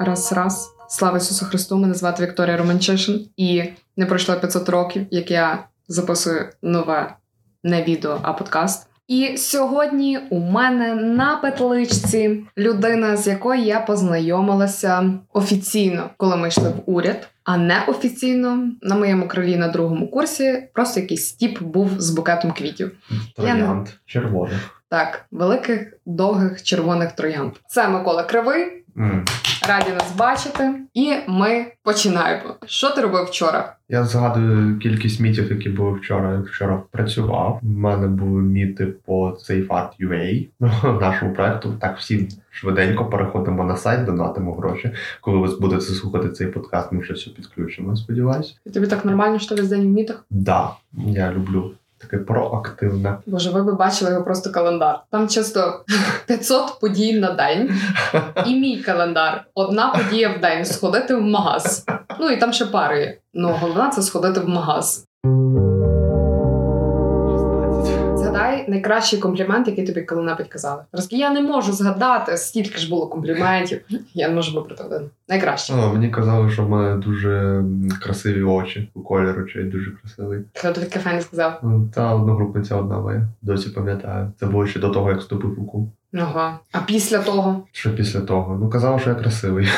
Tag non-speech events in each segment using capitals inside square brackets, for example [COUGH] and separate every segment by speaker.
Speaker 1: раз раз. Слава Ісусу Христу! Мене звати Вікторія Романчишин, і не пройшло 500 років, як я записую нове не відео, а подкаст. І сьогодні у мене на петличці людина, з якою я познайомилася офіційно, коли ми йшли в уряд, а не офіційно на моєму крилі на другому курсі. Просто якийсь тіп був з букетом квітів.
Speaker 2: Троянд червоних.
Speaker 1: Так, великих, довгих червоних троянд. Це Микола Кривий.
Speaker 2: М.
Speaker 1: Раді нас бачити, і ми починаємо. Що ти робив вчора?
Speaker 2: Я згадую кількість мітів, які були вчора. Я Вчора працював. У мене були міти по SafeArt.ua, ну, [LAUGHS] нашому проекту. Так всі швиденько переходимо на сайт, донатимо гроші. Коли ви будете слухати цей подкаст, ми вже все підключимо. Сподіваюсь.
Speaker 1: І тобі так нормально, що ти весь день в мітах?
Speaker 2: Да, я люблю таке проактивне.
Speaker 1: Боже, ви би бачили його просто календар. Там [LAUGHS] чисто 500 подій на день, і мій календар одна подія в день сходити в магаз. Ну і там ще пари. є. Ну головна це сходити в магаз. Згадай найкращий комплімент, який тобі коли-небудь казали. Розкажи, я не можу згадати, скільки ж було компліментів. Я не можу вибрати один. Найкраще.
Speaker 2: А, мені казали, що в мене дуже м, красиві очі, колір очей дуже красивий.
Speaker 1: Хто тобі таке файне сказав?
Speaker 2: Ну, Та одногрупниця одна моя. Досі пам'ятаю. Це було ще до того, як вступив у клуб.
Speaker 1: Ага. А після того
Speaker 2: Що після того? Ну, казала, що я красивий.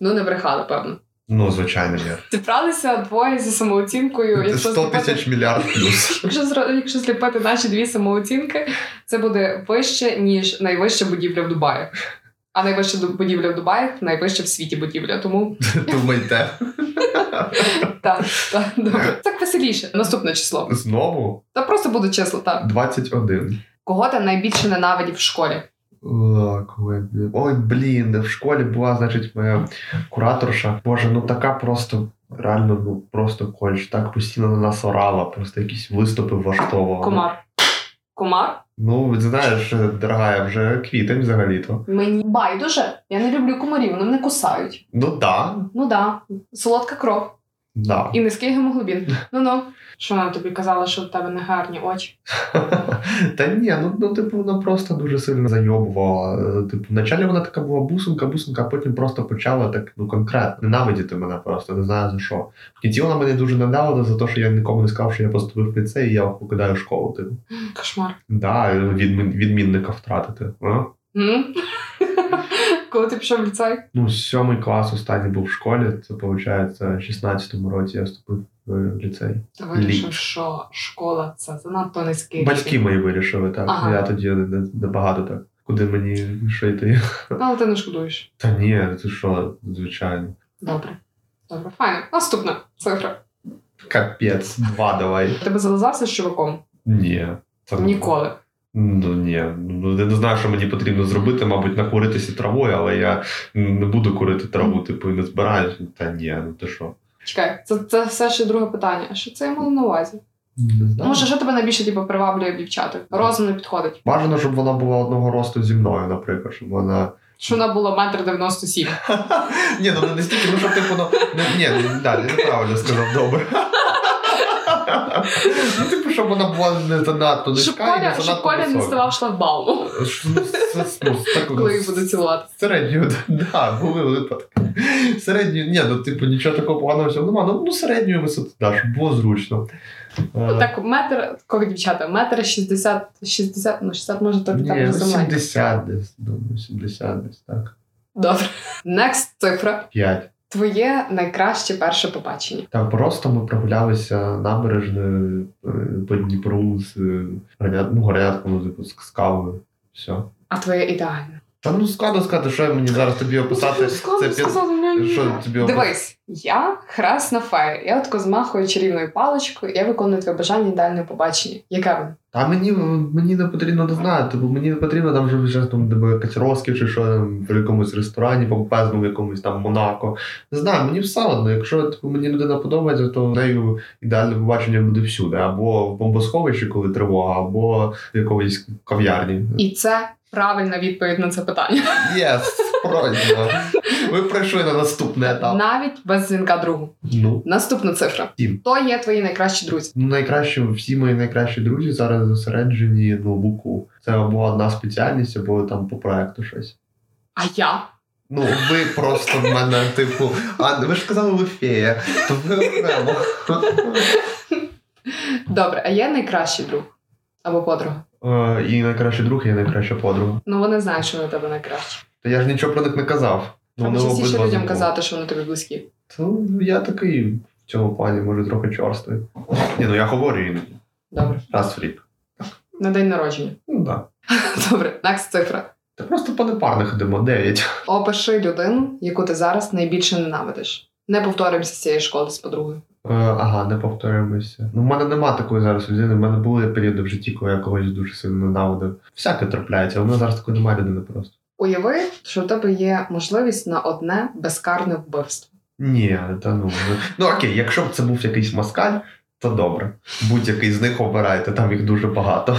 Speaker 1: Ну, не брехали, певно.
Speaker 2: [LAUGHS] Ну, звичайно, ні.
Speaker 1: Зібралися двоє зі самооцінкою.
Speaker 2: Це
Speaker 1: Якщо
Speaker 2: 100
Speaker 1: зліпити-
Speaker 2: тисяч мільярд плюс. [LAUGHS]
Speaker 1: Якщо, зра- якщо зліпити наші дві самооцінки, це буде вище, ніж найвища будівля в Дубаї. А найвища ду- будівля в Дубаї найвища в світі будівля. Тому
Speaker 2: Думайте.
Speaker 1: так, так, добре. Так веселіше. Наступне число.
Speaker 2: Знову
Speaker 1: Та просто будуть числа, так.
Speaker 2: 21.
Speaker 1: Кого ти найбільше ненавидів в школі?
Speaker 2: О, коли б- Ой, блін, в школі була, значить, моя кураторша. Боже, ну така просто. Реально, ну просто кольч, так постійно на нас орала, просто якісь виступи влаштовувала.
Speaker 1: Комар. Комар?
Speaker 2: Ну, знаєш, дорогая, вже квітень взагалі-то.
Speaker 1: Мені байдуже. Я не люблю комарів, вони мене кусають.
Speaker 2: Ну да,
Speaker 1: Ну да, солодка кров.
Speaker 2: да.
Speaker 1: І низький гемоглобін. Ну ну. Що вона тобі казала, що в тебе не гарні очі?
Speaker 2: [LAUGHS] Та ні, ну, ну типу, вона просто дуже сильно зайобувала. Е, Типу, вначалі вона така була бусинка, бусинка, а потім просто почала так ну конкретно ненавидіти мене просто, не знаю за що. В кінці вона мене дуже надавила за те, що я нікому не сказав, що я поступив в ліцей, і я покидаю школу. Типу.
Speaker 1: Кошмар.
Speaker 2: Да, відмін, відмінника втратити. А?
Speaker 1: М? [LAUGHS] Коли ти пішов в ліцей?
Speaker 2: Ну, сьомий клас останній був в школі, це виходить, в 16-му році я вступив в ліцей.
Speaker 1: Ти вирішив, що школа це занадто низький.
Speaker 2: Батьки
Speaker 1: рівень.
Speaker 2: мої вирішили, так.
Speaker 1: Ага.
Speaker 2: Я тоді не- не- небагато так. Куди мені що йти?
Speaker 1: Ну, Але ти не шкодуєш.
Speaker 2: Та ні, ти що, звичайно.
Speaker 1: Добре. Добре, файно. Наступна цифра.
Speaker 2: Капець, два давай.
Speaker 1: Ти би залазався з чуваком?
Speaker 2: Ні. Це не-
Speaker 1: Ніколи.
Speaker 2: Ну ні. Ну я не знаю, що мені потрібно зробити, мабуть, накуритися травою, але я не буду курити траву, типу, і не збираюсь. Та ні, ну ти що?
Speaker 1: Чекай, це, це все ще друге питання. А Що це я мала на увазі?
Speaker 2: Не знаю.
Speaker 1: Може, що тебе найбільше типу, приваблює в дівчатах? Розум не підходить.
Speaker 2: Бажано, щоб вона була одного росту зі мною, наприклад, щоб вона.
Speaker 1: Що вона була метр дев'яносто сім.
Speaker 2: [LAUGHS] Ні, ну не стільки, ну щоб типу, ну. не- Ні, ну, да, я неправильно сказав,
Speaker 1: [LAUGHS]
Speaker 2: добре. Ну, типу, щоб вона була не занадто
Speaker 1: Щоб
Speaker 2: низька і не
Speaker 1: Коля, щоб
Speaker 2: занадто
Speaker 1: Коля не
Speaker 2: висока.
Speaker 1: ставав шлагбауму,
Speaker 2: Щоб, ну, з- ну, з
Speaker 1: [LAUGHS]
Speaker 2: такого-
Speaker 1: коли їх буде цілувати.
Speaker 2: Середньою, да, були випадки. Середньою, ні, ну типу нічого такого поганого всього нема. Ну, ну середньої висоти, да, щоб було зручно. Е,
Speaker 1: Ну, Так, метр, кого дівчата, метр 60, 60, ну 60 може так
Speaker 2: Ні,
Speaker 1: так вже
Speaker 2: ну,
Speaker 1: землянь.
Speaker 2: 70 десь, думаю, 70 десь, так.
Speaker 1: Добре. Next цифра.
Speaker 2: 5.
Speaker 1: Твоє найкраще перше побачення.
Speaker 2: Там просто ми прогулялися набережною е, по Дніпру з е, горня- ну, горнятком, ну, типу, з, з кавою. Все.
Speaker 1: А твоє ідеальне.
Speaker 2: Та ну складно сказати, що я мені зараз тобі описати.
Speaker 1: Складно
Speaker 2: пі-
Speaker 1: сказати, ну, ні.
Speaker 2: Що тобі описати?
Speaker 1: Дивись, я хресна фея. Я от змахую чарівною паличкою, я виконую твоє бажання ідеального побачення. Яке воно?
Speaker 2: А мені, мені не потрібно не знати, бо мені не потрібно там вже щось там де якась розкіш, чи що там в якомусь ресторані, помпезному якомусь там Монако. Не знаю, мені все одно. Якщо типу, мені людина подобається, то нею ідеальне побачення буде всюди. Або в бомбосховищі, коли тривога, або в якоїсь кав'ярні.
Speaker 1: І це правильна відповідь на це питання.
Speaker 2: Єс, пройдено. Ви пройшли на наступний етап.
Speaker 1: Навіть без дзвінка другу.
Speaker 2: Ну.
Speaker 1: Наступна цифра.
Speaker 2: Сім.
Speaker 1: То є твої найкращі друзі.
Speaker 2: Ну, найкраще, всі мої найкращі друзі зараз зосереджені на луку. Це або одна спеціальність, або там по проекту щось.
Speaker 1: А я?
Speaker 2: Ну, ви просто в мене, типу, а ви ж казали, ви фея, то ви окремо.
Speaker 1: Добре, а є найкращий друг або подруга.
Speaker 2: Е, І найкращий друг, і найкраща подруга.
Speaker 1: Ну вони знають, що вони тебе найкращі.
Speaker 2: Та я ж нічого про них не казав. Ну,
Speaker 1: Або
Speaker 2: вони
Speaker 1: частіше
Speaker 2: обидва
Speaker 1: людям
Speaker 2: забули.
Speaker 1: казати, що вони тобі близькі.
Speaker 2: То я такий в цьому плані, може, трохи чорствий. Ні, ну я говорю іноді.
Speaker 1: Добре.
Speaker 2: Раз в рік.
Speaker 1: На день народження.
Speaker 2: Ну так.
Speaker 1: [LAUGHS] Добре, Next цифра.
Speaker 2: Та просто по непарних йдемо, дев'ять.
Speaker 1: Опиши людину, яку ти зараз найбільше ненавидиш. Не повторимося з цієї школи з подругою.
Speaker 2: Е, Ага, не повторюємося. Ну, в мене нема такої зараз людини. В мене були періоди в житті, коли я когось дуже сильно ненавидив. Всяке трапляється, а в мене зараз такої немає людини просто.
Speaker 1: Уяви, що в тебе є можливість на одне безкарне вбивство.
Speaker 2: Ні, та ну. ну. Ну окей, якщо б це був якийсь москаль, то добре. Будь-який з них обирайте, там їх дуже багато.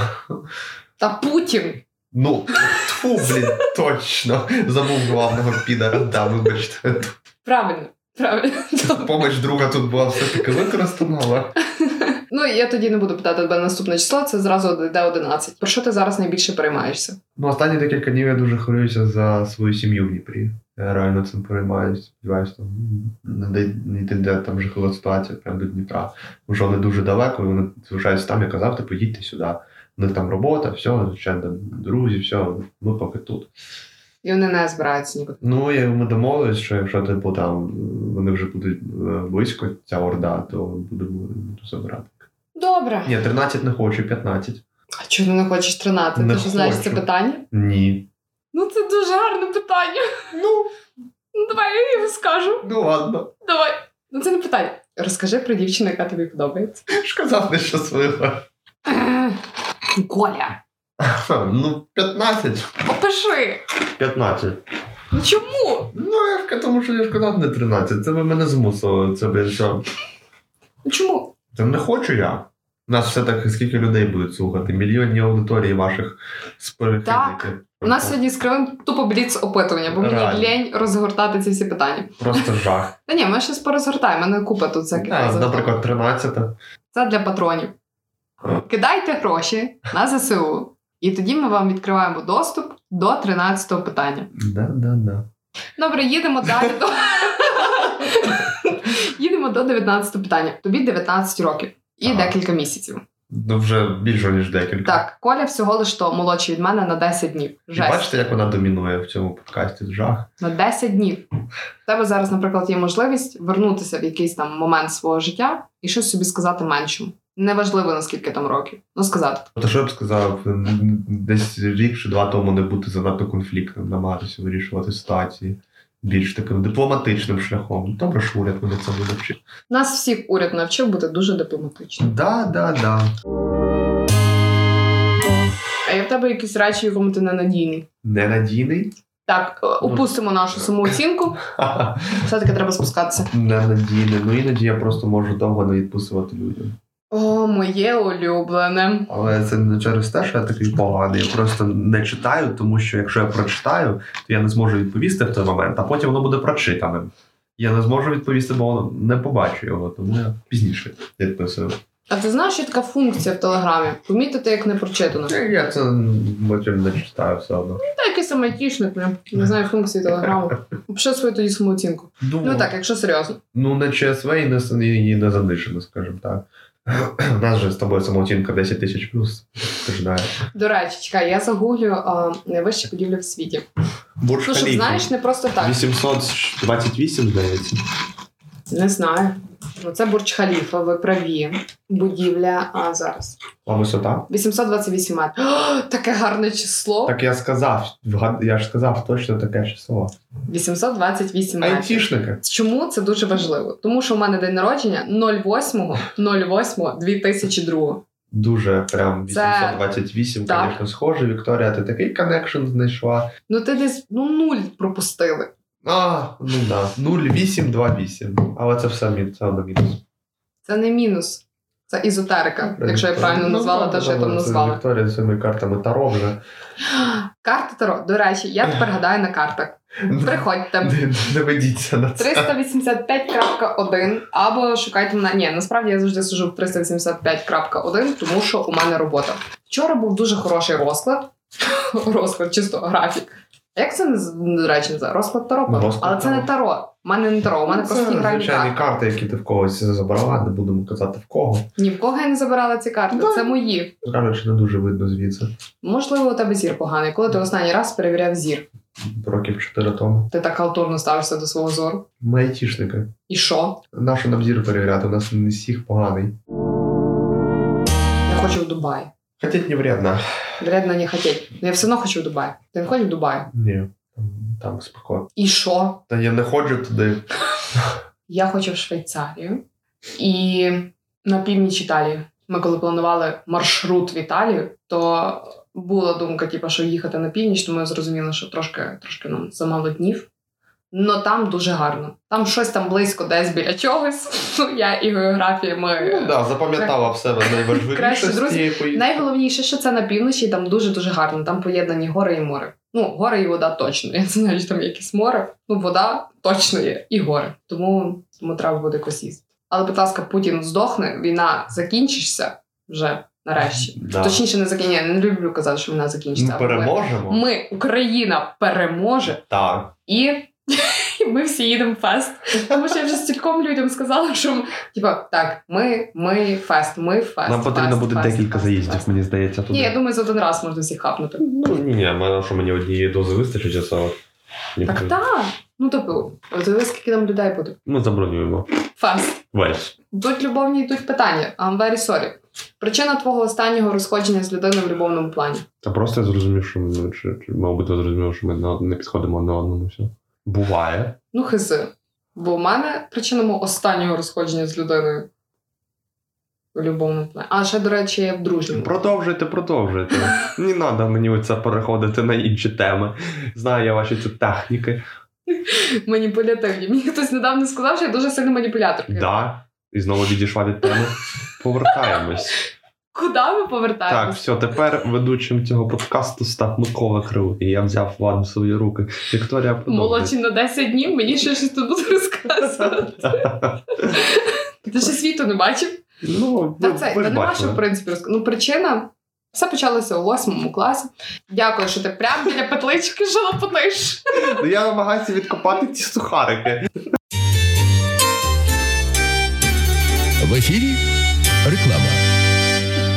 Speaker 1: Та Путін!
Speaker 2: Ну, тфу, блін, точно. Забув главного підара, да, вибачте.
Speaker 1: Правильно, правильно. [LAUGHS] Добре.
Speaker 2: Помощь друга тут була все-таки використана, але
Speaker 1: Ну я тоді не буду питати тебе наступне число, це зразу йде 11. Про що ти зараз найбільше переймаєшся?
Speaker 2: Ну, останні декілька днів я дуже хвилююся за свою сім'ю в Дніпрі. Я реально цим переймаюся, сподіваюся, там не дай- не йде там жахлива ситуація прямо до Дніпра. Тому що вони дуже далеко, і вони залишаються там, я казав, ти поїдьте сюди. У них там робота, все, звичайно, там друзі, все, ми поки тут.
Speaker 1: І вони не збираються нікуди.
Speaker 2: Ну, я ми домовились, що якщо типу там вони вже будуть е, близько, ця орда, то будемо буду забирати.
Speaker 1: Добре.
Speaker 2: Ні, 13 не хочу, 15.
Speaker 1: А чого ти не хочеш 13?
Speaker 2: Не
Speaker 1: ти що знаєш
Speaker 2: хочу.
Speaker 1: це питання?
Speaker 2: Ні.
Speaker 1: Ну це дуже гарне питання.
Speaker 2: Ну,
Speaker 1: Ну давай я його скажу.
Speaker 2: ну ладно.
Speaker 1: Давай. Ну це не питання. Розкажи про дівчину, яка тобі подобається.
Speaker 2: Ж казав не щасливо.
Speaker 1: Е, Коля,
Speaker 2: Ну, 15.
Speaker 1: опиши.
Speaker 2: 15.
Speaker 1: Ну чому?
Speaker 2: Ну, я ж тому, що я ж казав не 13. Це ви мене змусило. Це блін, що.
Speaker 1: Ну чому?
Speaker 2: Та не хочу я. Нас все таки скільки людей будуть слухати? Мільйонні аудиторії ваших співробітників.
Speaker 1: У нас сьогодні з Кривим тупо бліц опитування, бо мені
Speaker 2: Реально.
Speaker 1: лень розгортати ці всі питання. [LAUGHS]
Speaker 2: Просто жах.
Speaker 1: Та ні, ми щось порозгортаємо, мене купа тут всяких.
Speaker 2: Так,
Speaker 1: розгортань.
Speaker 2: наприклад, 13.
Speaker 1: Це для патронів. Кидайте гроші на ЗСУ, і тоді ми вам відкриваємо доступ до 13-го питання.
Speaker 2: Да-да-да.
Speaker 1: Добре, їдемо далі до. їдемо до 19-го питання. Тобі 19 років і
Speaker 2: Так.
Speaker 1: декілька місяців.
Speaker 2: Ну, вже більше, ніж декілька.
Speaker 1: Так, Коля всього лиш то молодший від мене на 10 днів.
Speaker 2: І
Speaker 1: Жесть.
Speaker 2: бачите, як вона домінує в цьому подкасті. Жах.
Speaker 1: На 10 днів. У тебе зараз, наприклад, є можливість вернутися в якийсь там момент свого життя і щось собі сказати меншому. Неважливо, наскільки там років. Ну, сказати.
Speaker 2: Тобто, що я б сказав, десь рік чи два тому не бути занадто конфліктним, намагатися вирішувати ситуації більш таким дипломатичним шляхом. Добре, що уряд мене це буде вчити.
Speaker 1: Нас всіх уряд навчив бути дуже дипломатичним.
Speaker 2: Да, да, да.
Speaker 1: А є в тебе якісь речі, якому ти ненадійний.
Speaker 2: Ненадійний.
Speaker 1: Так, е,
Speaker 2: Ну,
Speaker 1: опустимо нашу
Speaker 2: [LAUGHS]
Speaker 1: самооцінку.
Speaker 2: Ха-ха.
Speaker 1: Все-таки треба спускатися.
Speaker 2: Ненадійний. Ну іноді я просто можу довго не відписувати людям.
Speaker 1: О, моє улюблене.
Speaker 2: Але це не через те, що я такий поганий. Я просто не читаю, тому що якщо я прочитаю, то я не зможу відповісти в той момент, а потім воно буде прочитаним. Я не зможу відповісти, бо воно- не побачу його, тому я пізніше відписую.
Speaker 1: А ти знаєш, є така функція в телеграмі? Помітити, як не прочитано.
Speaker 2: Та Я це потім не читаю все одно.
Speaker 1: Та якийсь самотішник, прям не знаю функції телеграму. Пиши свою тоді самооцінку. Ну так, якщо серйозно.
Speaker 2: Ну, не ЧСВ і не, с- і, і не занижено, скажімо так. У нас же з тобою самооцінка 10 тисяч плюс. Ти ж знаєш.
Speaker 1: До речі, чекай, я загуглю е, найвищі будівлі в світі.
Speaker 2: Бурж
Speaker 1: Ну, щоб знаєш, не просто так.
Speaker 2: 828, здається.
Speaker 1: Не знаю. Ну це Бурдж Халіфа, ви праві. Будівля, а зараз.
Speaker 2: А висота?
Speaker 1: 828 метрів. О, таке гарне число.
Speaker 2: Так я сказав, вгад- я ж сказав точно таке число.
Speaker 1: 828 метрів.
Speaker 2: Айтішники.
Speaker 1: Чому це дуже важливо? Тому що у мене день народження 08.08.2002.
Speaker 2: Дуже прям
Speaker 1: Це-
Speaker 2: 828,
Speaker 1: Так.
Speaker 2: звісно, схоже. Вікторія, ти такий коннекшн знайшла.
Speaker 1: Ну ти десь ну нуль пропустили.
Speaker 2: А, ну да. 0828. Але це все мі- це одно мінус.
Speaker 1: Це не мінус, це ізотерика. Якщо я правильно
Speaker 2: Ну,
Speaker 1: назвала,
Speaker 2: правда,
Speaker 1: те, що я там
Speaker 2: правда, це
Speaker 1: назвала.
Speaker 2: Вікторія з цими картами Таро вже.
Speaker 1: Карта Таро. До речі, я тепер гадаю на картах. Приходьте.
Speaker 2: Не- Не ведіться на це.
Speaker 1: 385.1 або шукайте мене. Ні, насправді я завжди сижу в 385.1, тому що [LAUGHS] у мене робота. Вчора був дуже хороший розклад. Розклад, чисто графік. Як це наз- речі називається? Розклад таро.
Speaker 2: Ну,
Speaker 1: по-моєму.
Speaker 2: розклад Ну,
Speaker 1: Але це не таро. У мене не таро, у мене
Speaker 2: це
Speaker 1: просто грають
Speaker 2: звичайні
Speaker 1: карти.
Speaker 2: карти, які ти в когось забрала, не будемо казати в кого.
Speaker 1: Ні в кого я не забирала ці карти,
Speaker 2: Да.
Speaker 1: це мої.
Speaker 2: Кажучи, не дуже видно звідси.
Speaker 1: Можливо, у тебе зір поганий. Коли ти останній раз перевіряв зір,
Speaker 2: Років 4 тому.
Speaker 1: ти так халтурно ставишся до свого зору.
Speaker 2: Ми айтішники.
Speaker 1: І що?
Speaker 2: Нашу нам зір перевіряти, у нас не всіх поганий.
Speaker 1: Я хочу в Дубай.
Speaker 2: Хотіть не вредно.
Speaker 1: Вредно не хотіть. Ну я все одно хочу в Дубай. Ти не хочеш в Дубай?
Speaker 2: Ні, там, там спокійно.
Speaker 1: І що?
Speaker 2: Та я не ходжу туди.
Speaker 1: Я хочу в Швейцарію і на північ Італії. Ми коли планували маршрут в Італію, то була думка, типу, що їхати на північ, тому я зрозуміла, що трошки, трошки нам замало днів. Но там дуже гарно. Там щось там близько, десь біля чогось. [LAUGHS] Ну, Я і географія ми.
Speaker 2: Ну да, запам'ятала в себе
Speaker 1: Краще
Speaker 2: найважливіше з
Speaker 1: друзі.
Speaker 2: цієї поїздки.
Speaker 1: Найголовніше, що це на півночі, і там дуже дуже гарно. Там поєднані гори і море. Ну, гори і вода точно. Я не знаю, чи там якесь море. Ну, вода точно є, і гори. Тому, тому треба буде якось їздити. Але, будь ласка, Путін здохне, війна закінчишся вже нарешті.
Speaker 2: Да.
Speaker 1: Точніше, не закінчиться. Я не люблю казати, що війна закінчиться.
Speaker 2: Ми
Speaker 1: але
Speaker 2: переможемо.
Speaker 1: Ми, Україна, переможе
Speaker 2: Так.
Speaker 1: і. [LAUGHS] і Ми всі їдемо в фест. Тому що я вже стільком людям сказала, що ми- типа так, ми, ми фест, ми фест.
Speaker 2: Нам потрібно
Speaker 1: фест,
Speaker 2: буде
Speaker 1: фест,
Speaker 2: декілька
Speaker 1: фест,
Speaker 2: заїздів,
Speaker 1: фест.
Speaker 2: мені здається,
Speaker 1: Ні, я
Speaker 2: туди.
Speaker 1: думаю, за один раз можна всіх хапнути.
Speaker 2: Ну ні, ні, мене що мені однієї дози вистачить, а це. ні,
Speaker 1: Так так. Ну тобто, от диви, скільки там людей буде.
Speaker 2: Ну, забронюємо.
Speaker 1: Фест.
Speaker 2: Весь.
Speaker 1: Тут любовні йдуть питання. I'm very sorry. Причина твого останнього розходження з людиною в любовному плані.
Speaker 3: Та просто я зрозумів, що ми, чи, чи, мабуть, я зрозумів, що ми на- не підходимо одне одному. Все. Буває.
Speaker 1: Ну, хизи. Бо в мене причина мого останнього розходження з людиною в любовному плані. А ще, до речі, я в дружньому.
Speaker 3: Продовжуйте, [LAUGHS] продовжуйте. Не треба мені оце переходити на інші теми. Знаю я ваші ці техніки.
Speaker 1: Маніпулятивні. Мені хтось недавно сказав, що я дуже сильно маніпулятор.
Speaker 3: Да. І знову відійшла від теми. Повертаємось.
Speaker 1: Куди ми повертаємося?
Speaker 3: Так, все, тепер ведучим цього подкасту став Микола Крил. І я взяв владу в свої руки. Вікторія продовжує.
Speaker 1: Молодші на 10 днів, мені ще щось тут буде розказувати.
Speaker 2: [LAUGHS]
Speaker 3: [LAUGHS]
Speaker 1: Ти ще світу не бачив?
Speaker 3: Ну, ви,
Speaker 1: Та це
Speaker 3: ви
Speaker 1: та
Speaker 3: ж
Speaker 1: нема що в
Speaker 3: бачили.
Speaker 1: принципі розк... Ну причина. Все почалося у восьмому класі. Дякую, що ти прямо біля петлички жалопотиш.
Speaker 3: Ну, Я намагаюся відкопати ці сухарики.
Speaker 4: В ефірі реклама.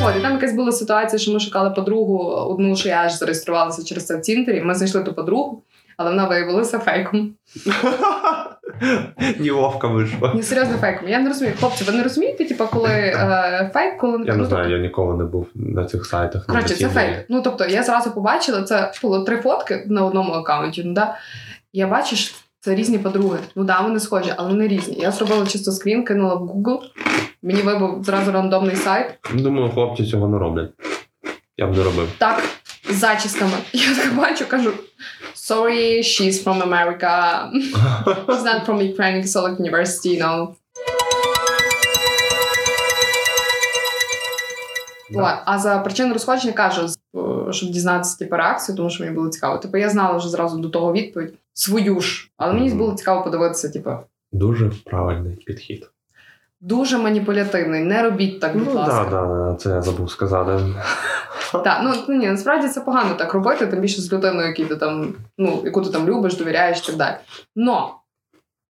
Speaker 1: От і там якась була ситуація, що ми шукали подругу, одну, що я аж зареєструвалася через це в Тіндері. Ми знайшли ту подругу, але вона виявилася фейком.
Speaker 3: Ніловка вийшла.
Speaker 1: Ні, серйозно фейком. Я не розумію. Хлопці, ви не розумієте, типу, коли е, фейк, коли
Speaker 3: Я не
Speaker 1: ну,
Speaker 3: знаю, я ніколи не був на цих сайтах. на
Speaker 1: Коротше, це
Speaker 3: Тіндері.
Speaker 1: фейк. Ну тобто я зразу побачила, це було три фотки на одному аккаунті. Ну, да? Я бачу, що це різні подруги. Ну да, вони схожі, але вони різні. Я зробила чисто скрін, кинула в Google. Мені вибив зразу рандомний сайт.
Speaker 3: Думаю, хлопці цього не роблять. Я б не робив. [LAUGHS]
Speaker 1: Так, з зачісками. [LAUGHS] Я так бачу, кажу: Sorry, she's from America. She's not from Ukraine, Catholic University, you know.
Speaker 3: Да.
Speaker 1: От, а за причину розходження кажу, з- е, щоб дізнатися типу, реакцію, тому що мені було цікаво. Типу, я знала вже зразу до того відповідь свою ж, але мені
Speaker 3: Мгм.
Speaker 1: було цікаво подивитися, типу,
Speaker 3: Дуже правильний підхід.
Speaker 1: дуже маніпулятивний, не робіть так, будь
Speaker 3: Ну
Speaker 1: ласка.
Speaker 3: так, да, да, це я забув сказати.
Speaker 1: Так, ну ну, ні, насправді це погано так робити, тим більше з людиною, яку ти там, ну, яку ти там любиш, довіряєш і так далі. Но,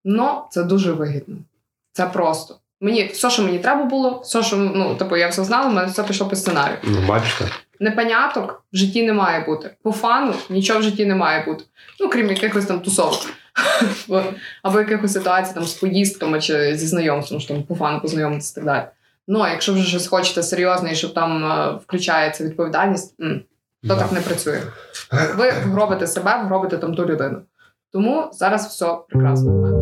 Speaker 1: но це дуже вигідно. Це просто. Мені все, що мені треба було, все, що ну, типу, я все знала, в мене все пішло по сценарію.
Speaker 3: Ну, бачите,
Speaker 1: Непоняток в житті не має бути. По фану нічого в житті не має бути. Ну, крім якихось там тусовок. [LAUGHS] Бо- Або якихось ситуацій там з поїздками чи зі знайомством, що там по фану познайомитися і так далі. Ну, а якщо вже щось хочете серйозне і щоб там е, включається відповідальність, м, то
Speaker 3: Да.
Speaker 1: так не працює. Ви вгробите себе, вгробите там ту людину. Тому зараз все прекрасно. в мене.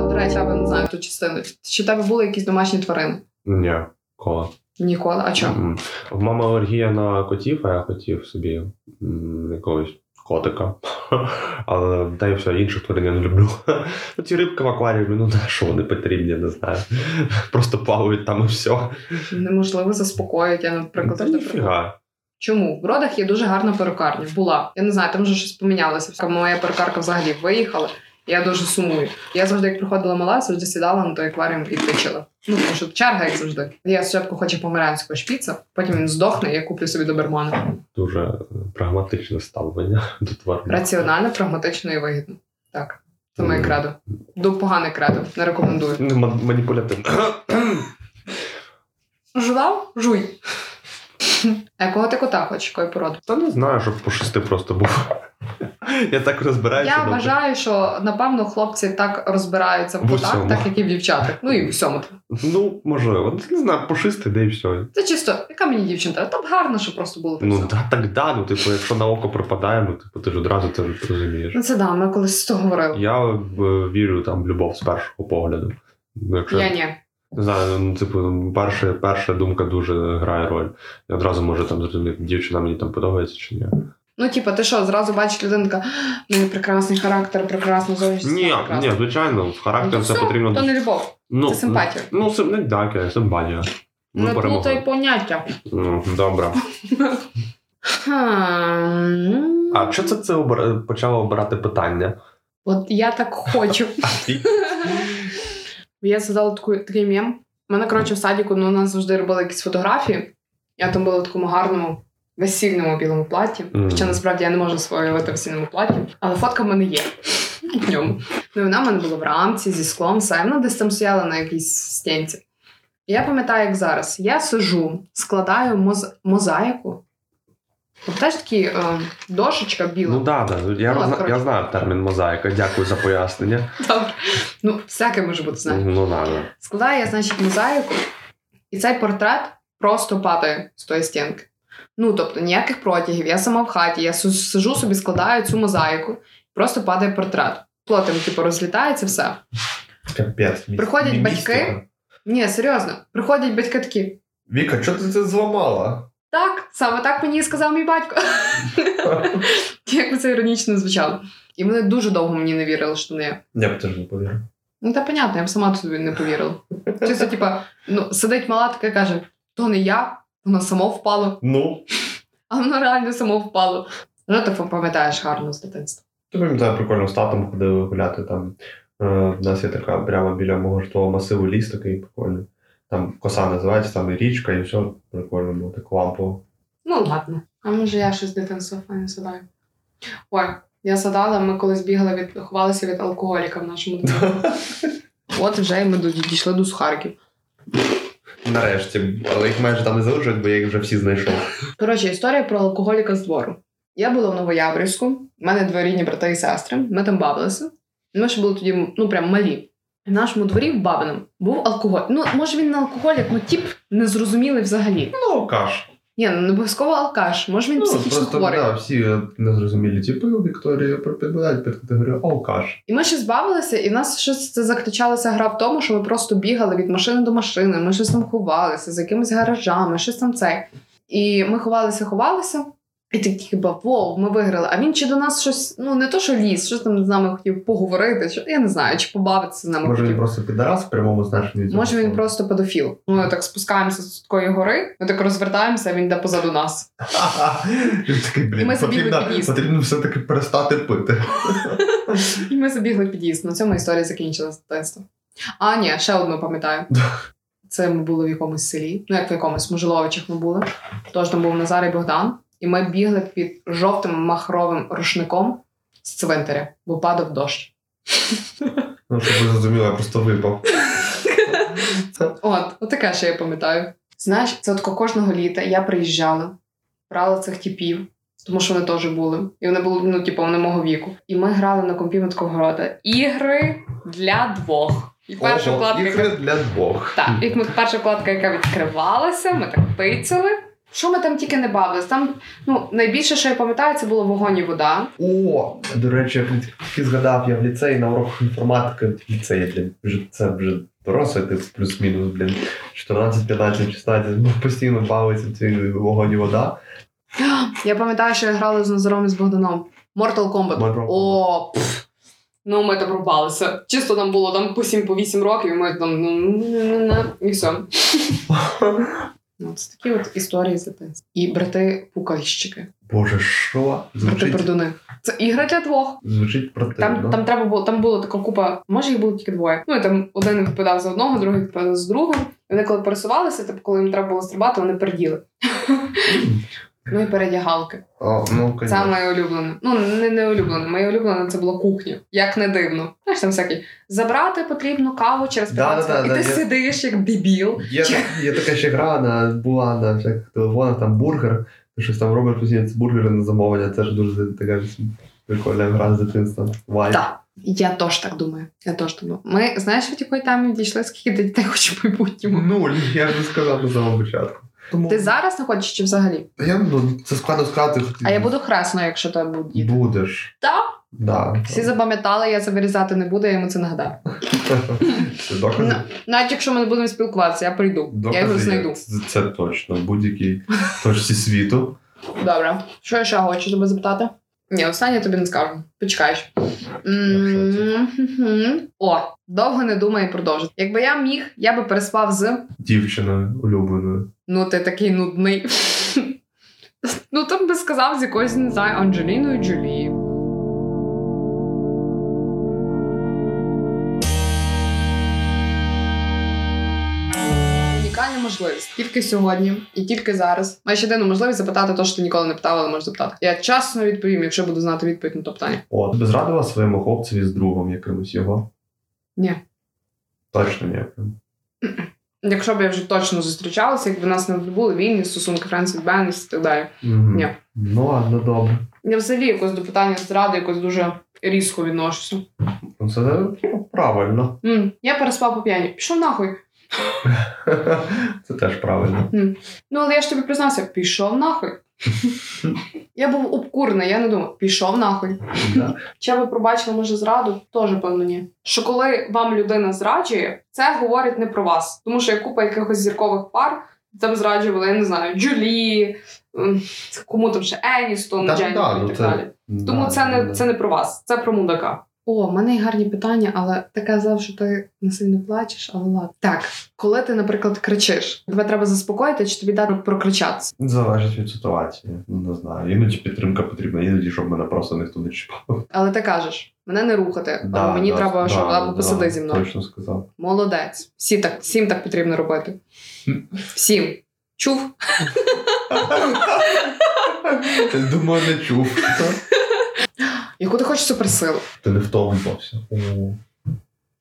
Speaker 1: От, до речі, я не знаю ту частину. Чи в тебе були якісь домашні тварини?
Speaker 3: ні, кола.
Speaker 1: Ніколи. А чому?
Speaker 3: М. В мами алергія на котів, а я хотів собі м, якогось котика. [LAUGHS] Але та й все, інших тварин я не люблю. [LAUGHS] Ну, ці рибки в акваріумі, ну на що вони потрібні, не знаю. [LAUGHS] Просто плавають там і все.
Speaker 1: Неможливо заспокоїть. Я, наприклад,
Speaker 3: Та
Speaker 1: завжди
Speaker 3: ніфіга.
Speaker 1: Чому? В родах є дуже гарна перукарня. Була. Я не знаю, там вже щось помінялося. Моя перукарка взагалі виїхала. Я дуже сумую. Я завжди, як приходила мала, завжди сідала на той акваріум і кричила. Ну, тому що черга, як завжди. Я спочатку хочу помаранського шпіца, потім він здохне, і я куплю собі добермана.
Speaker 3: Дуже е, прагматичне ставлення [LAUGHS] до тварин.
Speaker 1: Раціонально, прагматично і вигідно. Так. Це моє
Speaker 3: Мгм.
Speaker 1: крадо. До поганих крадо. Не рекомендую.
Speaker 3: Ну, ман- Маніпулятивне.
Speaker 1: Жував? Жуй. [LAUGHS] А якого ти кота хочеш, якої породи?
Speaker 3: [CLEARS THROAT] Та не знаю, щоб по шести просто був. [LAUGHS] Я так розбираюся.
Speaker 1: Я
Speaker 3: добре.
Speaker 1: вважаю, що напевно хлопці так розбираються в
Speaker 3: В
Speaker 1: котах,
Speaker 3: усьому.
Speaker 1: так як і в дівчатах. Ну і в всьому.
Speaker 3: Ну, можливо. Ну, Не знаю, по шести, де і все.
Speaker 1: Це чисто, яка мені дівчинка? Там гарно, що просто було при
Speaker 3: Ну,
Speaker 1: всьому.
Speaker 3: да, так да, ну, типу, якщо на око припадає, ну, типу, ти ж одразу це розумієш.
Speaker 1: Ну це да, ми колись з того говорили.
Speaker 3: Я е, вірю там в любов з першого погляду. Ну, Якщо
Speaker 1: Я ні.
Speaker 3: не знаю, ну типу, перша, перша думка дуже грає роль. Я одразу можу там зрозуміти, дівчина мені там подобається чи ні.
Speaker 1: Ну, типа, ти що, зразу бачиш людину, така, «В неї прекрасний характер, прекрасна зовнішність.
Speaker 3: Ні,
Speaker 1: прекрасна».
Speaker 3: ні, звичайно, в
Speaker 1: Ну, то
Speaker 3: характер це
Speaker 1: все,
Speaker 3: потрібно.
Speaker 1: То не любов,
Speaker 3: ну,
Speaker 1: це симпатія. Ну,
Speaker 3: Ну, сим... не так, я- симпатія. Ми
Speaker 1: Не плутай
Speaker 3: перемогли.
Speaker 1: поняття.
Speaker 3: Ну, добре.
Speaker 1: Хм.
Speaker 3: А що це це обра- почало обирати питання?
Speaker 1: От я так хочу. Я задала таку, такий мем. У мене, коротше, в садіку ну, у нас завжди робили якісь фотографії. Я там була в такому гарному весільному білому платі.
Speaker 3: Мгм.
Speaker 1: Хоча насправді я не можу освоювати весільному платі, але фотка в мене є. В ньому. Ну, і вона в мене була в рамці зі склом, все. І Вона десь там стояла на якійсь стінці. І Я пам'ятаю, як зараз. Я сижу, складаю моз... мозаїку. От теж такі е, дошечка біла.
Speaker 3: Ну да, да. Я,
Speaker 1: Ну,
Speaker 3: розна-
Speaker 1: коротше.
Speaker 3: я знаю термін мозаїка. Дякую за пояснення.
Speaker 1: Добре. Ну, всяке може бути, знаєте.
Speaker 3: Ну да, да.
Speaker 1: Складаю я, значить, мозаїку, і цей портрет просто падає з тої стінки. Ну, тобто, ніяких протягів, я сама в хаті, я су- сижу собі, складаю цю мозаїку, просто падає портрет. Плотом, типу, розлітається все.
Speaker 2: Капець. міс-
Speaker 1: Приходять
Speaker 2: містика.
Speaker 1: батьки? Ні, серйозно, приходять батьки такі.
Speaker 2: Віка, що ти це зламала?
Speaker 1: Так, саме так мені і сказав мій батько. Як би це іронічно звучало. І вони дуже довго мені не вірили, що не я.
Speaker 2: Я б теж не повірив.
Speaker 1: Ну, та понятно, я б сама туди не повірила. Чисто, типа, ну, сидить мала така і каже: то не я, воно само впало.
Speaker 2: Ну,
Speaker 1: А воно реально само впало. Ну, ти пам'ятаєш гарно з дитинства.
Speaker 2: ти пам'ятаю, прикольно з татом ходили гуляти там. Е, в нас є така прямо біля мого житлового масиву ліс такий прикольний. Там коса називається, там і річка, і все прикольно було, так лампово.
Speaker 1: Ну ладно. А може я щось з дитинства файне садаю. Ой, я садала, ми колись бігали від ховалися від алкоголіка в нашому дитинстві. [LAUGHS] От вже і ми до- дійшли до сухарків.
Speaker 2: Нарешті, але їх майже там не залишилось, бо я їх вже всі знайшов.
Speaker 1: Коротше, історія про алкоголіка з двору. Я була в Новояврівську, в мене два рідні брати і сестри, ми там бавилися. Ми ще були тоді ну прям малі. В нашому дворі в бабиному був алкоголь. Ну, може він не алкоголік, ну тіп незрозумілий взагалі.
Speaker 2: Ну, каш.
Speaker 1: Ні, ну не обов'язково алкаш, може він
Speaker 2: Ну,
Speaker 1: психічно
Speaker 2: просто
Speaker 1: хворий.
Speaker 2: да, всі е, незрозумілі типи у Вікторії підпадають під категорію алкаш.
Speaker 1: І ми ще збавилися, і в нас щось це заключалася гра в тому, що ми просто бігали від машини до машини, ми щось там ховалися за якимись гаражами, щось там це. І ми ховалися, ховалися. І такі хіба вов, ми виграли. А він чи до нас щось, ну не то, що ліз, щось там з нами хотів поговорити, чи я не знаю, чи побавитися з нами
Speaker 2: Може він
Speaker 1: хотів.
Speaker 2: просто підарас в прямому значенні. цього
Speaker 1: Може, він
Speaker 2: слова.
Speaker 1: просто педофіл. Ну, Ми так спускаємося з такої гори, ми так розвертаємося, а він йде позаду нас.
Speaker 2: Він такий,
Speaker 1: І
Speaker 2: блін,
Speaker 1: ми забігли
Speaker 2: потрібно,
Speaker 1: під ліс.
Speaker 2: потрібно все-таки перестати пити.
Speaker 1: І ми забігли в під'їзд. На цьому історія закінчилася дитинство. А, ні, ще одну пам'ятаю. Це ми були в якомусь селі, ну як в якомусь в Можиловичах ми були. Тож там був Назар і Богдан, і ми бігли під жовтим махровим рушником з цвинтаря, бо падав дощ.
Speaker 2: Ну, щоб ви зрозуміли, я просто випав.
Speaker 1: От, от таке ще я пам'ятаю. Знаєш, це от кожного літа я приїжджала, брала цих типів, тому що вони теж були. І вони були, ну, типу, вони мого віку. І ми грали на компі Миткового рода ігри для двох. І перша
Speaker 2: Ого,
Speaker 1: вкладка, яка
Speaker 2: Ігри для двох.
Speaker 1: Так, як ми перша вкладка, яка відкривалася, ми так пицяли. Що ми там тільки не бавились? Там ну найбільше, що я пам'ятаю, це було вогонь і вода.
Speaker 2: О, до речі, я тільки згадав, я в ліцеї на уроках інформатики в ліцеї, блін, вже це вже дорослий, тип плюс-мінус, блін, 14, 15, 16, ми постійно бавиться ці вогонь і вода.
Speaker 1: Я пам'ятаю, що я грала з Назаром і з Богданом. Mortal Kombat.
Speaker 2: Mortal Kombat.
Speaker 1: О, пф. ну ми там рубалися. Чисто там
Speaker 2: [LAUGHS]
Speaker 1: було там по 7 по 8 років, і ми там ну, ну, ну, ну, ну, і все. Ну, це такі от історії з дитинства. І брати пукальщики,
Speaker 5: Боже, що?
Speaker 1: брати
Speaker 5: Звучить,
Speaker 1: пердуни. Це ігра для двох.
Speaker 5: звучить противно.
Speaker 1: Там, там треба було, там було така купа, може їх було тільки двоє. Ну і там один відповідав за одного, другий відповідав за другого. І вони коли пересувалися, типу, коли їм треба було стрибати, вони
Speaker 5: [LAUGHS]
Speaker 1: переділи. Ну і передягалки.
Speaker 5: О, ну,
Speaker 1: Це
Speaker 5: конечно.
Speaker 1: моє улюблене. Ну, не, не улюблене. Моє улюблене це була кухня. Як не дивно. Знаєш, там всякі забрати потрібну каву через
Speaker 5: Да,
Speaker 1: 15
Speaker 5: да, да,
Speaker 1: хвилин.
Speaker 5: да,
Speaker 1: І ти
Speaker 5: я-
Speaker 1: сидиш як дебіл.
Speaker 5: Є, є така ще гра на була на всяких телефонах, там бургер. Ти щось там робиш постійно це бургери на замовлення. Це ж дуже така прикольна гра з дитинства. Вай.
Speaker 1: Так. Я теж так думаю. Я теж думаю. Ми знаєш, від якої там дійшли, скільки дітей хоче в майбутньому.
Speaker 5: Нуль, Типу, ну, я ж не сказав на самому початку. Тому
Speaker 1: Ти зараз не хочеш чи взагалі?
Speaker 5: я ну, це складно сказати. хотів.
Speaker 1: А я буду хресною, якщо тебе буде діти.
Speaker 5: Будеш.
Speaker 1: Та?
Speaker 5: Да.
Speaker 1: Всі запам'ятали, я це вирізати не буду, я йому це нагадаю.
Speaker 5: Це докази.
Speaker 1: Ну, Навіть якщо ми не будемо спілкуватися, я прийду.
Speaker 5: Докази
Speaker 1: Ну, я його
Speaker 5: є.
Speaker 1: знайду.
Speaker 5: Це, це точно. в Будь-якій точці світу.
Speaker 1: Добре. Що я ще хочу тебе запитати? Ні, останнє тобі не скажу. Почекаєш. М, хм. О, довго не думай і продовжить. Якби я міг, я би переспав з.
Speaker 5: Дівчиною улюбленою.
Speaker 1: Ну, ти такий нудний. Ну, там би сказав з якоюсь, не знаю, Анджеліною Джолі. Унікальна можливість. Тільки сьогодні і тільки зараз. Маєш єдину можливість запитати те, що ти ніколи не питала, але можеш запитати. Я часно відповім, якщо буду знати відповідь на то питання.
Speaker 5: От, ти б зрадила своєму хлопцеві з другом якимось його?
Speaker 1: Ні.
Speaker 5: Точно ні.
Speaker 1: Якщо б я вже точно зустрічалася, якби нас не були вільні стосунки Френсі Беннес і так далі.
Speaker 5: Мгм.
Speaker 1: Ні.
Speaker 5: Ну ладно, добре.
Speaker 1: Я взагалі якось до питання зради якось дуже різко відношуся.
Speaker 5: Ну, Це ну, правильно. [LAUGHS]
Speaker 1: М, я переспав по п'яні. Пішов нахуй.
Speaker 5: Це теж правильно.
Speaker 1: Ну, але я ж тобі признався, пішов
Speaker 5: [LAUGHS]
Speaker 1: нахуй. я був обкурений, я не думав, пішов нахуй.
Speaker 5: Да.
Speaker 1: Чи я би пробачила, може, зраду? Теж, певно, ні. Що коли вам людина зраджує, це говорить не про вас. Тому що є купа якихось зіркових пар, там зраджували, я не знаю, Джулі, м, кому там ще Еністон,
Speaker 5: Та,
Speaker 1: Дженніфер
Speaker 5: да,
Speaker 1: і
Speaker 5: ну,
Speaker 1: так
Speaker 5: це-
Speaker 1: далі. Тому
Speaker 5: Да,
Speaker 1: це
Speaker 5: да.
Speaker 1: не це не про вас, це про мудака. О, в мене є гарні питання, але ти казав, що ти не сильно плачеш, але ладно. Так, коли ти, наприклад, кричиш, тебе треба заспокоїти, чи тобі дати прокричатися?
Speaker 5: залежить від ситуації. Ну, Не знаю. Іноді підтримка потрібна, іноді, щоб мене просто ніхто не чіпав.
Speaker 1: Але ти кажеш, мене не рухати, або
Speaker 5: Да,
Speaker 1: Е, мені
Speaker 5: да,
Speaker 1: треба,
Speaker 5: да,
Speaker 1: щоб або
Speaker 5: да,
Speaker 1: посиди зі мною.
Speaker 5: Точно сказав.
Speaker 1: Молодець. Всі так, всім так потрібно робити. Всім. Чув?
Speaker 5: Думаю, не чув. [LAUGHS]
Speaker 1: Яку ти хочеш суперсилу?
Speaker 5: Ти не втомлювався. О.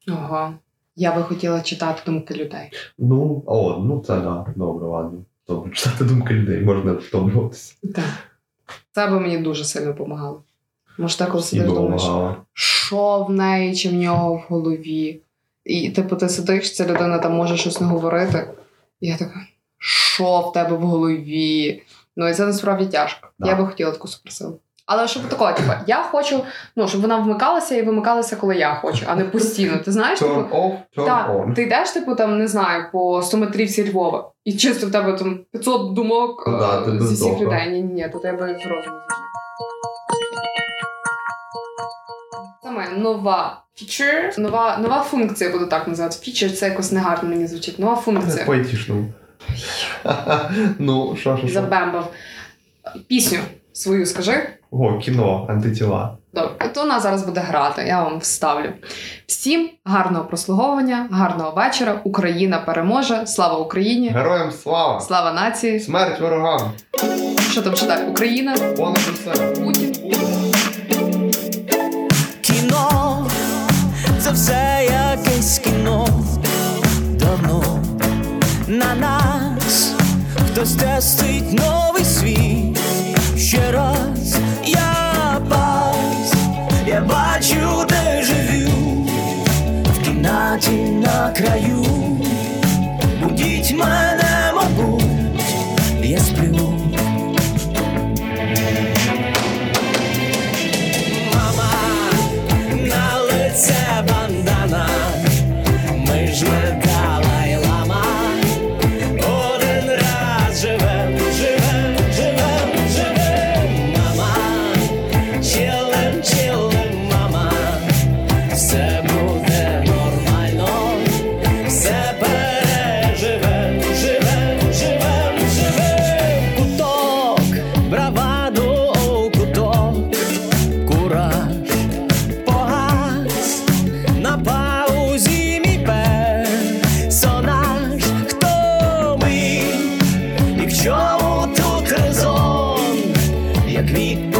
Speaker 1: Ого. Я би хотіла читати думки людей.
Speaker 5: Ну, о, ну це да. Добре, ладно. Добре, читати думки людей, можна втомлюватися.
Speaker 1: Так. Це би мені дуже сильно допомагало. Може, так коли
Speaker 5: Всі
Speaker 1: сидиш, думаєш.
Speaker 5: допомагала.
Speaker 1: що в неї чи в нього в голові. І типу, ти сидиш, ця людина там може щось не говорити. І я така, що в тебе в голові? Ну і це насправді тяжко.
Speaker 5: Да.
Speaker 1: Я би хотіла таку суперсилу. Але щоб такого, типу, я хочу, ну щоб вона вмикалася і вимикалася, коли я хочу, а не постійно. Ти знаєш, типу,
Speaker 5: Turn off, turn
Speaker 1: так,
Speaker 5: on.
Speaker 1: ти йдеш, типу, там не знаю, по 100 метрівці Львова, і чисто в тебе там 500 думок
Speaker 5: Ну да,
Speaker 1: е,
Speaker 5: ти
Speaker 1: зі
Speaker 5: без
Speaker 1: всіх
Speaker 5: дока.
Speaker 1: людей. Ні, ні, ні, то тебе з розуму. Це моя нова фічер, нова, нова функція, буду так називати. Фічер це якось негарно мені звучить. Нова
Speaker 5: Е,
Speaker 1: функція.
Speaker 5: Поетішно. [LAUGHS] Ну, що, що, що?
Speaker 1: Забембав. Пісню свою скажи.
Speaker 5: О, кіно, антитіла.
Speaker 1: Добре, то вона зараз буде грати, я вам вставлю. Всім гарного прослуговування, гарного вечора. Україна переможе. Слава Україні!
Speaker 5: Героям слава!
Speaker 1: Слава нації!
Speaker 5: Смерть ворогам!
Speaker 1: Що там читати? Україна,
Speaker 5: Понад усе!
Speaker 1: Путін.
Speaker 6: Кіно, це все якесь кіно. Давно на нас хтось тестить новий світ. Ще раз я пас, я бачу, де живу, в кімнаті на краю. Будіть мене, мабуть, я сплю. Мама, на лице бандана, ми ж не Далай-Лама. Один раз живем, живем, живем, живем, мама, чилим, чилим, мама, все буде нормально, все переживем, живем. квіт